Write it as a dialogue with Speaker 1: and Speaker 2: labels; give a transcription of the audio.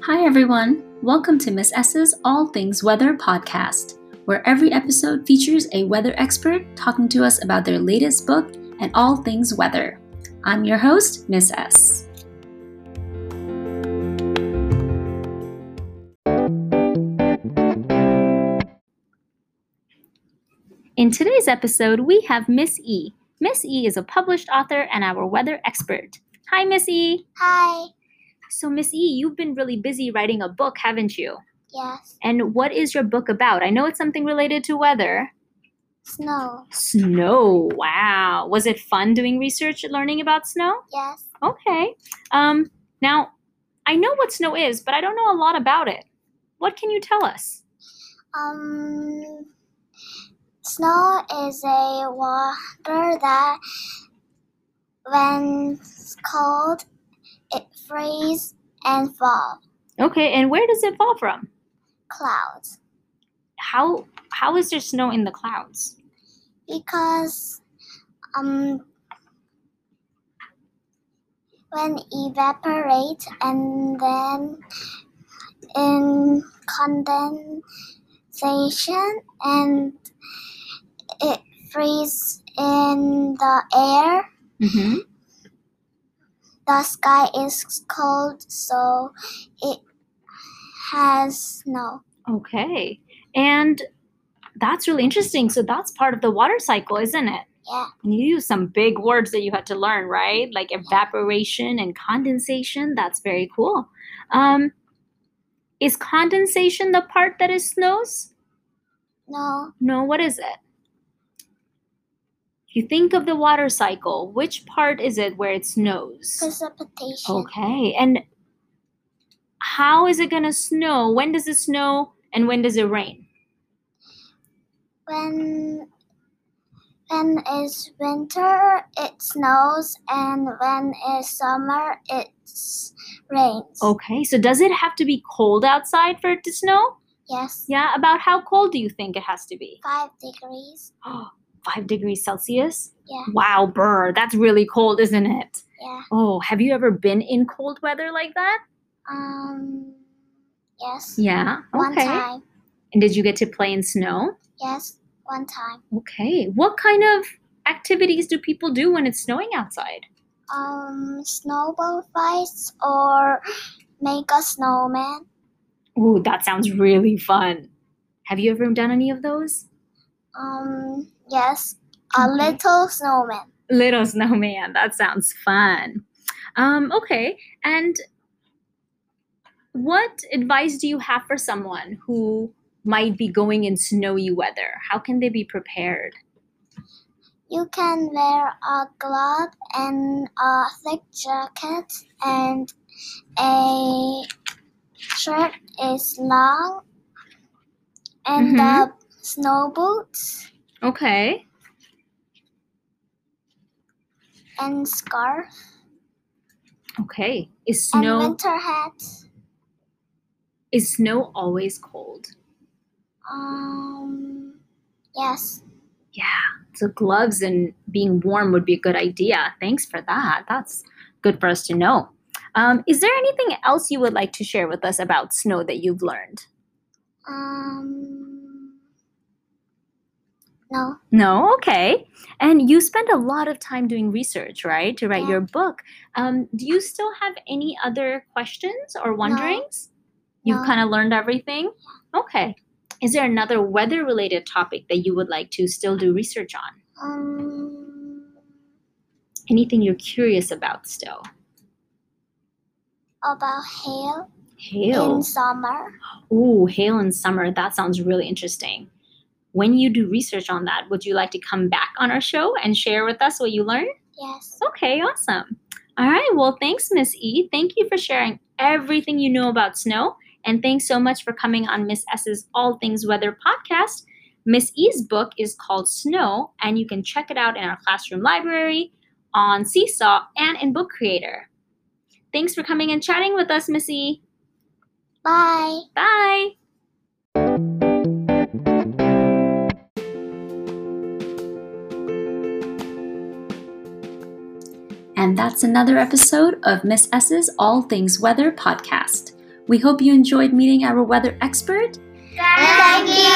Speaker 1: Hi, everyone. Welcome to Miss S's All Things Weather podcast, where every episode features a weather expert talking to us about their latest book and all things weather. I'm your host, Miss S. In today's episode, we have Miss E. Miss E is a published author and our weather expert. Hi, Miss E.
Speaker 2: Hi.
Speaker 1: So, Miss E, you've been really busy writing a book, haven't you?
Speaker 2: Yes.
Speaker 1: And what is your book about? I know it's something related to weather.
Speaker 2: Snow.
Speaker 1: Snow. Wow. Was it fun doing research, learning about snow?
Speaker 2: Yes.
Speaker 1: Okay. Um, now, I know what snow is, but I don't know a lot about it. What can you tell us?
Speaker 2: Um. Snow is a water that, when it's cold, it freezes and fall
Speaker 1: Okay, and where does it fall from?
Speaker 2: clouds
Speaker 1: How how is there snow in the clouds?
Speaker 2: because um. When evaporate and then in condensation and it freezes in the air.
Speaker 1: Mm-hmm.
Speaker 2: The sky is cold, so it has snow.
Speaker 1: Okay. And that's really interesting. So that's part of the water cycle, isn't it?
Speaker 2: Yeah.
Speaker 1: And you use some big words that you had to learn, right? Like evaporation and condensation. That's very cool. Um, is condensation the part that is snows?
Speaker 2: No,
Speaker 1: No, what is it? If you think of the water cycle, which part is it where it snows?
Speaker 2: precipitation.
Speaker 1: Okay. And how is it going to snow? When does it snow and when does it rain?
Speaker 2: When when it's winter, it snows, and when it's summer, it rains.
Speaker 1: Okay. So does it have to be cold outside for it to snow?
Speaker 2: Yes,
Speaker 1: Yeah. About how cold do you think it has to be?
Speaker 2: five degrees.
Speaker 1: five degrees Celsius?
Speaker 2: Yeah.
Speaker 1: Wow, brr, that's really cold, isn't it?
Speaker 2: Yeah.
Speaker 1: Oh, have you ever been in cold weather like that?
Speaker 2: Um. Yes.
Speaker 1: Yeah.
Speaker 2: One time.
Speaker 1: And did you get to play in snow?
Speaker 2: Yes. One time.
Speaker 1: Okay. What kind of activities do people do when it's snowing outside?
Speaker 2: um snowball fights or make a snowman.
Speaker 1: Ooh, that sounds really fun. Have you ever done any of those?
Speaker 2: Um yes, a
Speaker 1: Okay.
Speaker 2: little snowman.
Speaker 1: Little snowman, that sounds fun. Um, okay. And what advice do you have for someone who might be going in snowy weather? How can they be prepared?
Speaker 2: You can wear a glove and a thick jacket and a shirt is long
Speaker 1: Mm-hmm.
Speaker 2: and the snow boots
Speaker 1: Okay.
Speaker 2: and scarf
Speaker 1: Okay. Is
Speaker 2: and
Speaker 1: snow
Speaker 2: winter hat.
Speaker 1: is snow always cold?
Speaker 2: Um yes.
Speaker 1: Yeah. So gloves and being warm would be a good idea. Thanks for that. That's good for us to know. Um, is there anything else you would like to share with us about snow that you've learned?
Speaker 2: Um no.
Speaker 1: No, okay. And you spend a lot of time doing research, right, to write
Speaker 2: Yeah.
Speaker 1: your book. Um, do you still have any other questions or wonderings? You've
Speaker 2: No.
Speaker 1: kind of learned everything? Okay. Is there another weather related topic that you would like to still do research on?
Speaker 2: Um,
Speaker 1: Anything you're curious about still?
Speaker 2: about hail in
Speaker 1: Hail.
Speaker 2: summer.
Speaker 1: Ooh, hail in summer. That sounds really interesting. When you do research on that, would you like to come back on our show and share with us what you learned?
Speaker 2: Yes.
Speaker 1: Okay, awesome. All right, well, thanks, Miss E. Thank you for sharing everything you know about snow. And thanks so much for coming on Miss S's All Things Weather podcast. Miss E's book is called Snow, and you can check it out in our classroom library, on Seesaw, and in Book Creator. Thanks for coming and chatting with us, Miss E.
Speaker 2: Bye.
Speaker 1: Bye.
Speaker 3: And that's another episode of Miss S's All Things Weather podcast.
Speaker 1: We hope you enjoyed meeting our weather expert.
Speaker 2: Thank you.